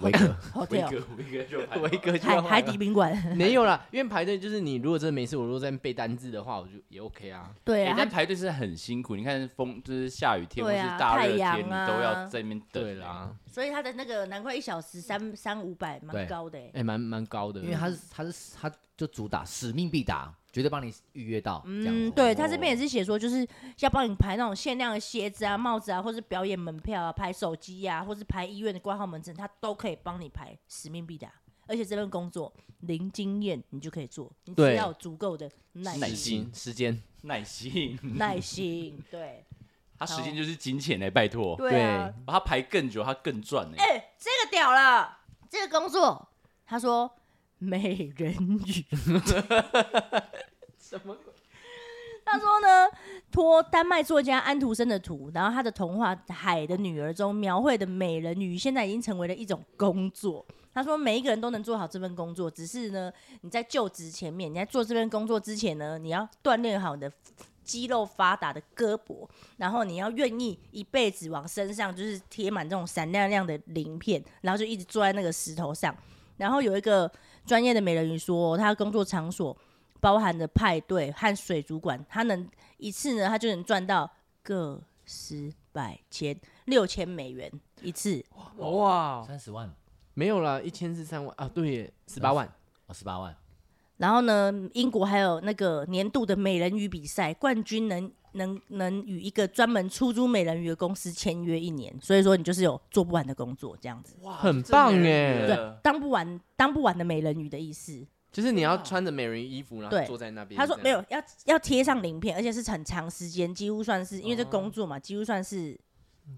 S3: 维格，
S5: 威
S1: ，hotel
S5: 哥，威哥就排
S2: 维格就
S1: 海
S2: 要
S1: 海
S2: 排
S1: 底宾馆，
S2: 没有啦，因为排队就是你如果真的没事，我如果在背单字的话，我就也 OK 啊。
S1: 对
S5: 欸
S1: 啊，
S5: 但排队是很辛苦，你看风就是下雨天或
S1: 对
S5: 是
S1: 啊
S5: 大热
S1: 太
S5: 天，
S1: 阳
S5: 你
S1: 啊
S5: 都要在那边等。哎
S2: 对，啦，
S1: 所以他的那个难怪一小时三三五百，蛮
S3: 对
S1: 高的、欸。
S2: 哎，蛮蛮高的，
S3: 因为他是他是他就主打使命必达，绝对帮你预约到。这样
S1: 嗯，
S3: 子
S1: 对他这边也是写说，就是要帮你排那种限量的鞋子啊、帽子啊，或是表演门票啊、排手机啊，或是排医院的挂号门诊，他都可以帮你排，使命必达。而且这份工作零经验你就可以做，你只
S2: 对
S1: 要有足够的耐
S5: 耐
S2: 时
S1: 心，
S2: 间时间。
S5: 耐心，
S1: 耐心，对
S5: 他时间就是金钱嘞，欸拜托。
S1: 对啊，
S5: 哦他排更久，他更赚呢。
S1: 哎、这个屌了，这个工作，他说美人 鱼，什么他说呢，托丹麦作家安徒生的图，然后他的童话《海的女儿》中描绘的美人鱼，现在已经成为了一种工作。他说，每一个人都能做好这份工作，只是呢，你在就职前面，你在做这份工作之前呢，你要锻炼好你的肌肉发达的胳膊，然后你要愿意一辈子往身上就是贴满这种闪亮亮的鳞片，然后就一直坐在那个石头上。然后有一个专业的美人鱼说，他的工作场所包含着派对和水族馆，他能一次呢，他就能赚到个十百千 六千美元一次。
S2: 哇，
S3: 哦三十万
S2: 没有啦，一千是三万啊，对耶，十八万。
S3: 哦，十八万，
S1: 然后呢，英国还有那个年度的美人鱼比赛，冠军能能能与一个专门出租美人鱼的公司签约一年，所以说你就是有做不完的工作这样子。
S5: 哇
S2: 很棒耶
S1: 对，当不完当不完的美人鱼的意思。
S2: 就是你要穿着美人鱼衣服，然后
S1: 对
S2: 坐在那边。
S1: 他说
S2: 这
S1: 没
S2: 样
S1: 有，要要贴上鳞片，而且是很长时间，几乎算是因为这工作嘛，几乎算是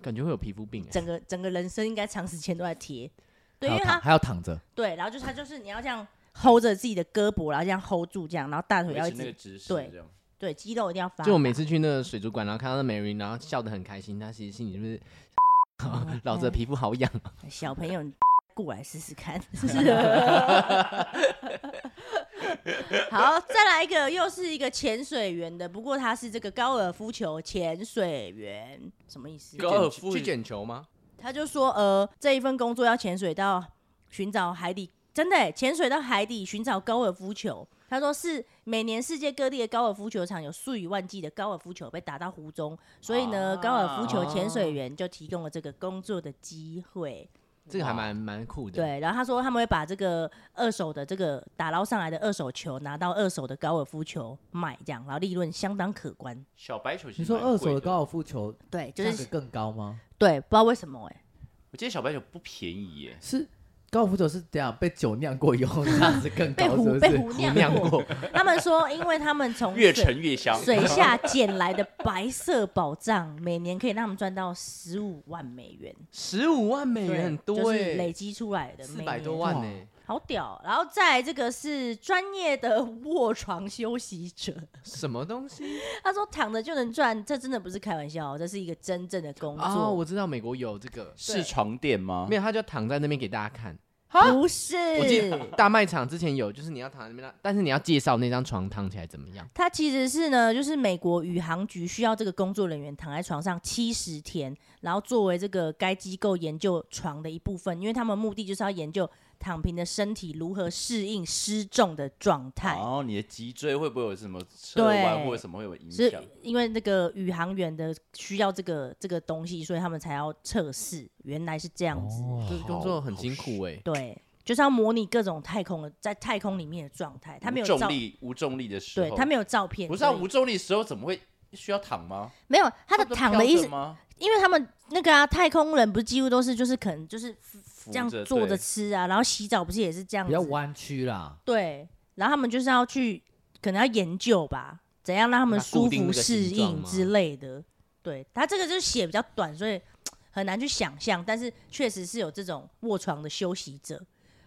S2: 感觉会有皮肤病哎。
S1: 整个整个人生应该长时间都在贴。对，因
S3: 还
S1: 为
S3: 要
S1: 他
S3: 躺还要躺着，
S1: 对，然后就是他就是你要这样 hold 着自己的胳膊，然后这样 hold 住这样，然后大腿要
S5: 维
S1: 一
S5: 持那个
S1: 直
S5: 直视，
S1: 对
S5: 这样
S1: 对肌肉一定要发达。
S2: 就我每次去那个水族馆，然后看到那美人鱼，然后笑得很开心，他其实心里就是
S1: 嗯
S2: 老子的皮肤好痒。
S1: 小朋友你过来试试看， 好，再来一个，又是一个潜水员的，不过他是这个高尔夫球潜水员，什么意思？
S5: 高尔夫
S2: 去捡球吗？
S1: 他就说，呃，这一份工作要潜水到寻找海底，真的耶欸潜水到海底寻找高尔夫球。他说是每年世界各地的高尔夫球场有数以万计的高尔夫球被打到湖中，所以呢，
S5: 啊
S1: 高尔夫球潜水员就提供了这个工作的机会。
S2: 这个还
S5: 哇
S2: 蛮蛮酷的。，
S1: 对，然后他说他们会把这个二手的这个打捞上来的二手球拿到二手的高尔夫球卖，这样，然后利润相当可观。
S5: 小白球其实
S3: 你说
S5: 蛮
S3: 二手
S5: 贵
S3: 的
S5: 的
S3: 高，尔夫球
S1: 对，就
S3: 价格
S1: 是
S3: 更高吗？
S1: 对，不知道为什 么哎、
S5: 我记得小白球不便宜耶。
S3: 是高尔夫球是这样被酒酿过以后价值更
S1: 被
S3: 高，是
S1: 湖
S3: 不
S1: 被
S3: 是？
S1: 湖酿过。他们说，因为他们从
S5: 越
S1: 水
S5: 沉越香，
S1: 水下捡来的白色宝藏，每年可以让他们赚到十五万美元，
S2: 十五万美
S1: 对
S2: 元很
S1: 就
S2: 多
S1: 是累
S2: 哎，
S1: 积出来的，
S2: 四
S1: 每
S2: 百
S1: 年
S2: 多万欸
S3: 哇
S2: 呢，
S1: 好屌。哦然后再来这个是专业的卧床休息者，
S2: 什么东西
S1: 他说躺着就能赚，这真的不是开玩笑哦，这是一个真正的工
S2: 啊？
S1: 作，
S2: 我知道美国有这个，
S5: 是床垫吗
S2: 没？有他就躺在那边给大家看。
S1: 不
S2: 我记
S1: 是
S2: 得。大卖场之前有，就是你要躺在那边，但是你要介绍那张床躺起来怎么样。
S1: 它其实是呢，就是美国宇航局需要这个工作人员躺在床上七十天，然后作为这个该机构研究床的一部分，因为他们目的就是要研究躺平的身体如何适应失重的状
S2: 哎
S1: 态。
S5: 然后你的脊椎会不会有什么侧弯
S1: 对
S5: 或者什么会有影
S1: 是
S5: 响？
S1: 因为那个宇航员的需要这个这个东西，所以他们才要测试。原来是这样子，
S2: 这
S5: 哦
S2: 工作很辛苦哎、
S1: 对，就是要模拟各种太空的在太空里面的状态。他没有
S5: 无
S1: 照
S5: 重，力，无重力的时候，
S1: 对他没有照片，
S5: 不是啊，
S1: 所以
S5: 无重力的时候怎么会需要躺吗？
S1: 没有他的
S5: 不是
S1: 躺
S5: 飘
S1: 的意
S5: 着
S1: 思，
S5: 吗？
S1: 因为他们那个啊，太空人不是几乎都是就是可能就是
S5: 扶
S1: 这样
S5: 着
S1: 坐着
S5: 对
S1: 吃啊，然后洗澡不是也是这样
S3: 比较
S1: 子？
S3: 弯曲啦，
S1: 对，然后他们就是要去可能要研究吧，怎样让他们
S2: 把它固
S1: 舒
S2: 定那
S1: 服
S2: 个
S1: 适
S2: 形状
S1: 应
S2: 吗
S1: 之类的。对他这个就是写比较短，所以很难去想象，但是确实是有这种卧床的休息者。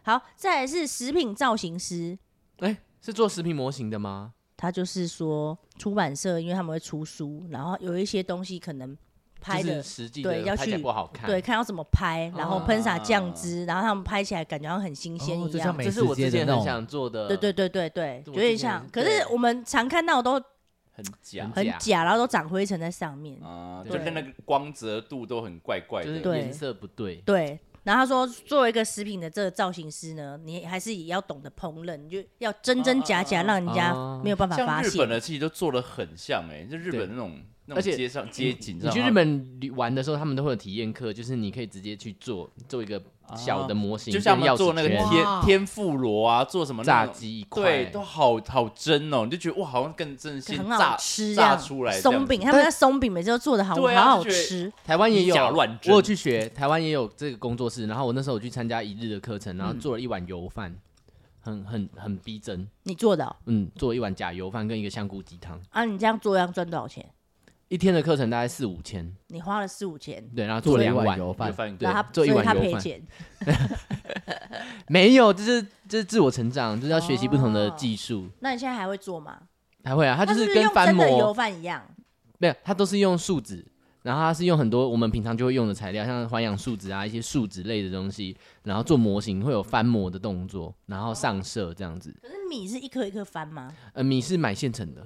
S1: 好，再来是食品造型师，
S2: 哎、是做食品模型的吗？
S1: 他就是说出版社，因为他们会出书，然后有一些东西可能拍
S2: 就
S1: 的
S2: 是实际
S1: 对
S2: 的
S1: 要
S2: 拍起来
S1: 去
S2: 不好看。
S1: 对，，看要怎么拍，然后喷洒酱
S5: 啊
S1: 汁，然后他们拍起来感觉好像很新鲜
S3: 哦
S1: 一
S3: 就
S1: 样
S3: 像。美
S2: 这是我之前很想做的。
S1: 对对对对对，
S2: 这
S1: 有
S2: 我之
S1: 点
S2: 前
S1: 像。
S2: 也
S1: 可
S2: 是
S1: 是我们常看到都
S5: 很假
S1: 很
S2: 假
S1: 假，然后都长灰尘在上面。
S5: 啊，
S1: 对
S5: 就是那个光泽度都很怪怪
S2: 就是
S5: 的。
S1: 对
S2: 颜色不对。
S1: 对，然后他说，作为一个食品的这个造型师呢，你还是也要懂得烹饪，你就要真真假假，
S5: 啊啊啊
S1: 让人家
S2: 啊
S1: 没有办法
S5: 像
S1: 发
S5: 日本
S1: 现。
S5: 的其实都做的很像哎，就日
S2: 对
S5: 本那种那
S2: 而
S5: 种
S2: 且
S5: 街上街景
S2: 你
S5: 上，啊
S2: 去日本旅玩的时候，他们都会有体验课，就是你可以直接去做做一个小的模型，
S5: 就像我
S2: 钥
S5: 们
S2: 匙
S5: 做那个
S2: 圈
S3: 贴
S5: 天
S3: 哇
S5: 天妇罗啊，做什么那
S2: 炸
S5: 种，
S2: 鸡一块，
S5: 对，都好好真哦，你就觉得哇，好像更真心
S1: 很好
S5: 炸
S1: 吃，这
S5: 炸
S1: 样
S5: 出来这样
S1: 松
S5: 子
S1: 饼，他们那松饼每次都做的好
S5: 对
S1: 好
S5: 啊
S1: 好
S5: 就觉得
S1: 吃，
S2: 台湾也有
S5: 以假乱真
S2: 我有去学，台湾也有这个工作室。然后我那时候我去参加一日的课
S5: 嗯
S2: 程，然后做了一碗油饭，很很很逼真。
S1: 你做的哦
S2: 嗯，做了一碗假油饭跟一个香菇鸡汤，
S1: 啊？你这样做要赚多少钱？
S2: 一天的课程大概四五千，
S1: 你花了四五千，
S2: 对，然后
S3: 做了一
S2: 两
S3: 碗
S2: 碗
S3: 油饭
S5: 就，饭
S2: 对
S1: 然后他
S2: 做
S1: 所以
S2: 一碗
S1: 他
S2: 油
S1: 赔
S2: 饭
S1: 钱。
S2: 没有，这是这是自我成长，就是要学习不同的技术。
S1: 那你现在还会做吗？
S2: 还会啊，它就
S1: 哦不
S2: 跟
S1: 用
S2: 翻
S1: 真的油
S2: 模
S1: 饭一样，
S2: 没有，它都是用树脂，然后它是用很多我们平常就会用的材料，像环氧树脂啊一些树脂类的东西，然后做模型会有翻模的动作，然后上色这样子。
S1: 可是米是一颗一颗翻吗？
S2: 呃，米是买现成的，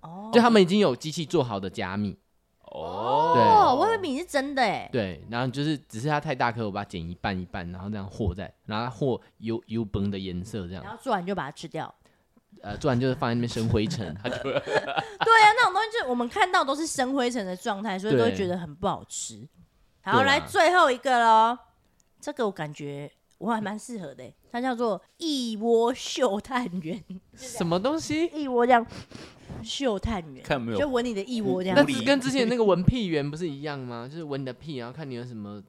S1: 哦，
S2: 就他们已经有机器做好的假米，
S5: 哦，
S1: 哦，我以为米是真的哎。
S2: 对，然后就是只是它太大颗，我把它剪一半一半，然后这样和在，然后它和油油崩的颜色这
S1: 然
S2: 样，
S1: 后做完就把它吃掉。
S2: 呃，做完就是放在那边生灰尘，它就
S1: 对啊，那种东西就是我们看到都是生灰尘的状态，所以都会
S2: 对
S1: 觉得很不好吃。
S2: 对
S1: 好，
S2: 啊
S1: 来最后一个喽，这个我感觉我还蛮适合的欸，它叫做一窝嗅探员，
S2: 什么东西？
S1: 一窝这样嗅探员，
S5: 看有没有
S1: 就闻你的一窝这
S2: 那
S1: 样
S5: 狐狸
S1: 子。
S2: 是跟之前那个闻屁员不是一样吗？就是闻你的屁，然后看你有什么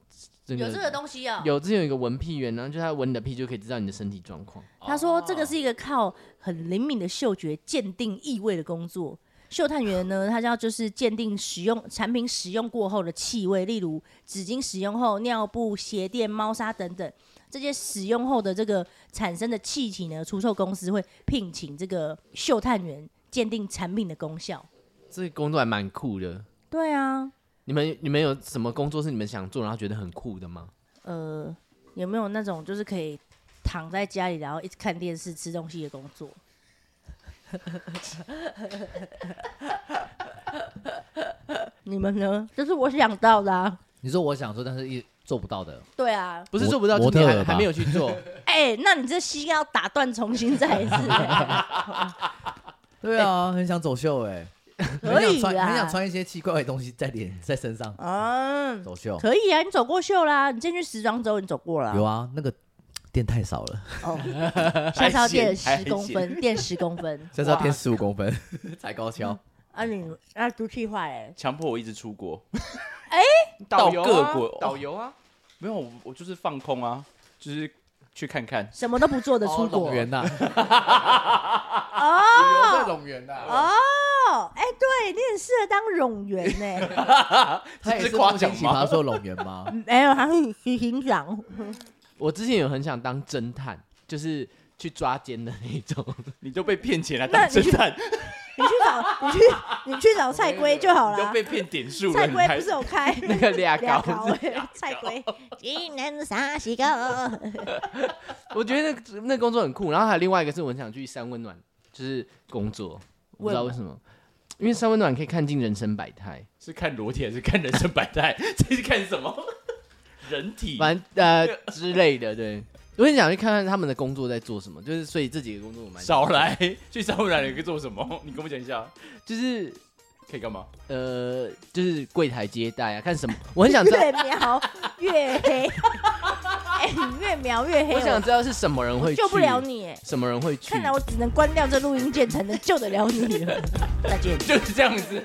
S2: 这
S1: 有
S2: 个
S1: 这个东西啊、
S2: 有之前有一个闻屁员，然后就他闻你的屁就可以知道你的身体状况。
S1: 他说这个是一个靠很灵敏的嗅觉鉴定异味的工作。嗅探员呢，他要就是鉴定使用产品使用过后的气味，例如纸巾使用后、尿布、鞋垫、猫砂等等这些使用后的这个产生的气体呢，出售公司会聘请这个嗅探员鉴定产品的功效。
S2: 这个工作还蛮酷的。
S1: 对啊，
S2: 你们你们有什么工作是你们想做然后觉得很酷的吗？
S1: 呃，有没有那种就是可以躺在家里然后一直看电视、吃东西的工作？ 你们呢？这是我想到的、啊。
S3: 你说我想说，但是一做不到的，
S1: 对啊，
S2: 不是做不到，
S3: 模
S2: 就是你
S3: 模特
S2: 还
S3: 儿吧
S2: 还没有去 做。
S1: 哎、那你这膝盖要打断，重新再一次、
S3: 对啊，很想走秀哎、很
S1: 可
S3: 想
S1: 以啊
S3: 穿，很想
S1: 啦。
S3: 穿一些奇怪的东西在脸在身上
S1: 嗯，
S3: 走秀。
S1: 可以啊，你走过秀啦，你进去时装周你走过啦。
S3: 有啊，那个垫太少了，
S1: 哦，下次要垫
S5: 还
S1: 十
S5: 行
S1: 公分，垫十公分。
S3: 就是要垫十五公 分才高跷。
S1: 啊你啊，毒气坏哎，
S5: 强迫我一直出国，
S1: 哎
S5: 到
S2: 游
S5: 各
S2: 啊
S5: 国
S2: 导游啊，
S5: 没有，我我就是放空啊，就是去 看看。
S1: 什么都不做的出国
S3: 龙源呐，
S1: 哦
S3: 我在龙源呐，
S1: 哦，哎，对你很适合当冗员呢。
S3: 他也
S5: 这
S3: 是
S5: 是夸
S3: 夸
S5: 奖
S3: 奖
S5: 吗
S3: 奇葩说龙源吗？
S1: 没有，他是执行长。
S2: 我之前有很想当侦探，就是去抓奸的那种。
S5: 你都被骗钱来啊
S1: 那
S5: 当
S1: 你去
S5: 侦探，
S1: 你去找你去你去找蔡龟就好
S5: 你都
S1: 啦。
S5: 被骗点数了，
S1: 蔡
S5: 你
S1: 龟
S5: 还
S1: 不是有开
S2: 那个俩
S1: 俩
S2: 搞
S1: 高
S2: 是，
S1: 哎，蔡龟今能啥西个？
S2: 我觉得那那工作很酷。然后还有另外一个是，我很想去三温暖，就是工作，我不知道为什么，因为三温暖可以看尽人生百态。
S5: 是看裸体还是看人生百态？ 这是看什么？ 人体？
S2: 反正呃之类的，对。我很想去看看他们的工作在做什么，就是所以自己的工作我蛮
S5: 少，来，去商务来你可以做什么？你跟我讲一下，
S2: 就是
S5: 可以干嘛？
S2: 呃就是柜台接待啊，看什么，我很想知道，
S1: 越描越黑，哎，你越描越黑，
S2: 我想知道是什么人会
S1: 救不
S2: 去
S1: 了，你哎。
S2: 什么人会去
S1: 看来，我只能关掉这录音键才能救得了你了。再见。
S5: 就是这样子。